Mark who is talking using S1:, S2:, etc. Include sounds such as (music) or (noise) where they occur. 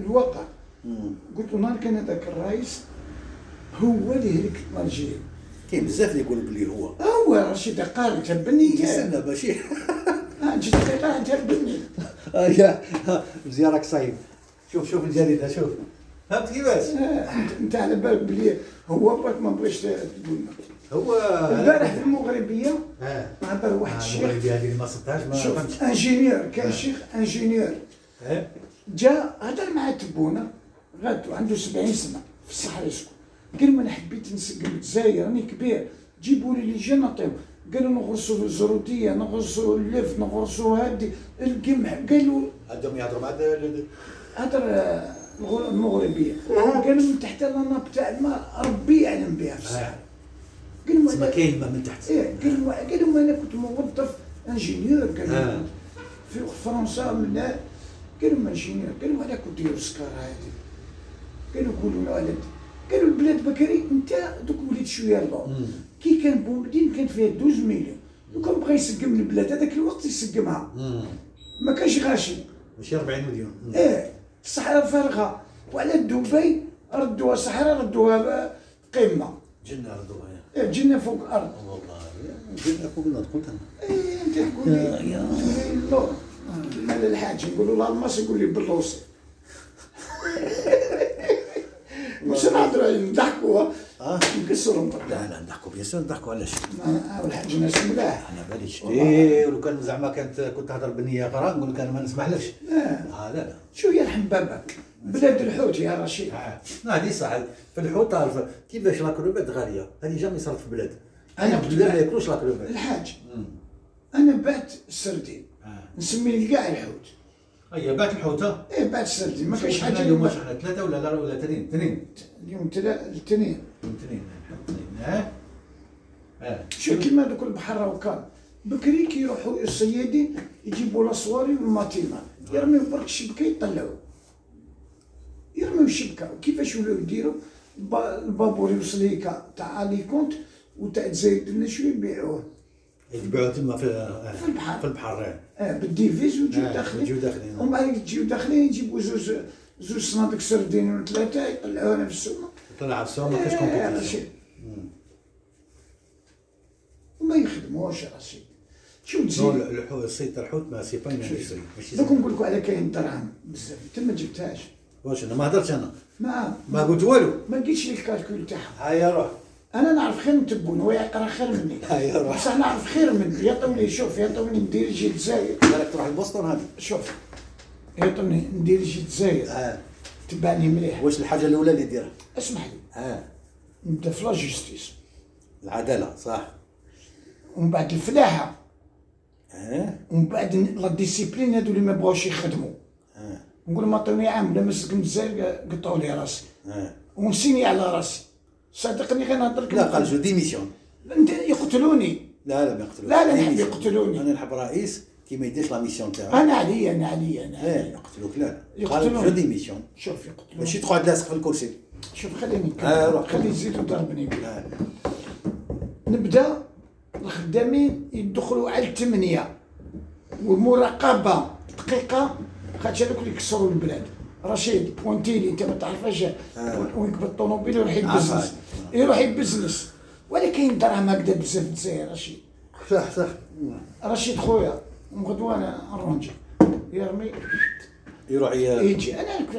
S1: الواقع
S2: مم.
S1: قلت له نهار كان هذاك الرئيس هو اللي هلكتنا الجيل
S2: كاين بزاف اللي يقولوا بلي هو
S1: هو رشيد قاري تبني آه،
S2: يستنى باش ي-
S1: جيت قطاع تبني
S2: (laughs) آه، يا (laughs) زيارك صعيب شوف شوف الجريده شوف فهمت كيفاش
S1: آه، انت على بالك بلي هو برك ما بغاش تقول
S2: هو
S1: البارح في المغربيه
S2: اه
S1: عبر واحد
S2: الشيخ
S1: الشيخ
S2: هذه اللي ما صدتهاش ما فهمتش
S1: شوف انجينير كان شيخ انجينير
S2: آه.
S1: جا هضر مع تبونا غادو عنده 70 سنه في الصحراء يسكن قال ما انا حبيت نسكن الجزائر راني كبير جيبوا لي لي جا نعطيهم قالوا نغرسوا الزروديه نغرسوا اللف نغرسوا هادي القمح قالوا
S2: عندهم يهضروا مع هذا ال-
S1: هضر آه، الغ- المغربيه قالوا من تحت لنا بتاع الماء ربي يعلم بها في الصحراء قالوا
S2: تسمى
S1: أنا-
S2: آه. كاين ما من تحت
S1: ايه قالوا قالوا انا كنت موظف انجينيور قالوا
S2: آه.
S1: في فرنسا ولا قالوا انجينيور قالوا على كنت ديروا السكر هذه قالوا قولوا الولد قالوا البلاد بكري انت دوك وليت شويه
S2: مم.
S1: اللور كي كان بومدين كان فيها 12 مليون وكان بغى يسقم البلاد هذاك الوقت يسقمها
S2: مم.
S1: ما كانش غاشي
S2: ماشي 40 مليون مم.
S1: ايه الصحراء فارغه وعلى دبي ردوها صحراء ردوها آه، قمه
S2: جنة رضوها يا
S1: إيه، جينا فوق الارض
S2: والله يا جنة فوق النار قلت انا
S1: إيه، انت تقول لي اللون مال الحاج نقول له الماس يقول لي بالروسي مش نهضروا نضحكوا
S2: آه.
S1: نكسرهم
S2: لا
S1: قدام
S2: لا نضحكوا بيسير نضحكوا علاش
S1: والحاج ناس ملاح
S2: انا بالي شتي لو كان زعما كانت كنت تهضر بنيه اخرى نقول لك انا ما نسمحلكش اه لا لا
S1: شو يرحم بابك بلاد الحوت يا رشيد
S2: آه. لا هذه صح في الحوت عارف كيفاش لاكروبات غاليه هذه جامي صارت في بلاد
S1: أنا
S2: في بلاد ما ياكلوش لاكروبات
S1: الحاج انا بعت السردين نسمي كاع الحوت
S2: هي بعت الحوته
S1: ايه بعت السردين ما كاش
S2: شوف
S1: حاجه
S2: حنا اليوم
S1: اليوم
S2: واش حنا ثلاثه ولا لا ولا اثنين اثنين
S1: اليوم تلا الاثنين
S2: اثنين اثنين اه اه
S1: شو كيما دوك البحر راهو كان بكري كي يروحوا الصيادين يجيبوا لاصواري والماتيما يرميو برك الشبكه يطلعوا يرميو الشبكه وكيفاش ولاو يديروا الب- البابور يوصل هيكا تاع الي كونت وتاع تزايد لنا شويه يبيعوه
S2: يتباعوا تما في آه.
S1: في البحر.
S2: في البحر آه.
S1: اه بالديفيز ويجيو
S2: آه،
S1: داخلين
S2: يجيو داخلين.
S1: ومن بعد يجيو داخلين يجيبوا زوج زوج صناديق سردين ولا ثلاثه يطلعوها في السوق
S2: طلع في السوق ما كاش
S1: آه،
S2: كومبيتيسيون
S1: رشيد. وما يخدموش رشيد شو
S2: نو
S1: تزيد
S2: الحوت الصيد تاع الحوت ما سي با اون اندستري ماشي
S1: دوك نقول لكم على كاين دراهم بزاف انت ما جبتهاش
S2: واش انا ما هضرتش انا
S1: ما
S2: ما قلت والو
S1: ما لقيتش لي الكالكول تاعها
S2: هيا روح
S1: انا نعرف خير من تبون هو يقرا خير مني
S2: (laughs) هيا روح.
S1: بصح نعرف خير مني يعطوني شوف يعطوني ندير جي الجزائر
S2: بالك تروح لبوسطن هذه
S1: شوف يعطوني ندير جي الجزائر
S2: اه
S1: تبعني مليح
S2: واش الحاجه الاولى اللي ديرها
S1: اسمح لي
S2: اه
S1: نبدا في لا جوستيس
S2: العداله صح
S1: ومن بعد الفلاحه
S2: اه
S1: ومن بعد لا ديسيبلين هادو اللي ما بغاوش يخدموا
S2: اه
S1: نقول ما عطوني عام لما سكن الجزائر قطعوا لي راسي
S2: اه
S1: ونسيني على راسي صدقني غير نهضر لك
S2: لا قال جو ديميسيون
S1: انت يقتلوني
S2: لا لا ما يقتلوش
S1: لا، لا، نحب
S2: ديميسيون.
S1: يقتلوني.
S2: انا نحب رئيس كي ما يديرش لا ميسيون تاعو
S1: انا عليا انا عليا انا
S2: اه
S1: عليا
S2: يقتلوك لا قال
S1: يقتلوني.
S2: جو ديميسيون
S1: شوف يقتلوني
S2: ماشي تقعد لاصق في الكرسي
S1: شوف خليني نكمل.
S2: آه، روح.
S1: خلي يزيد وضربني
S2: آه.
S1: نبدا الخدامين يدخلوا على الثمانيه والمراقبه دقيقه خاطر هذوك اللي كسروا البلاد رشيد بوانتيلي انت ما تعرفش
S2: آه.
S1: وين قبل الطوموبيل يروح يبزنس
S2: عارف.
S1: يروح يبزنس ولا كاين دراهم هكذا بزاف في الجزائر رشيد
S2: صح صح
S1: رشيد خويا غدوه انا الرونجي يرمي
S2: يروح ي-
S1: يجي انا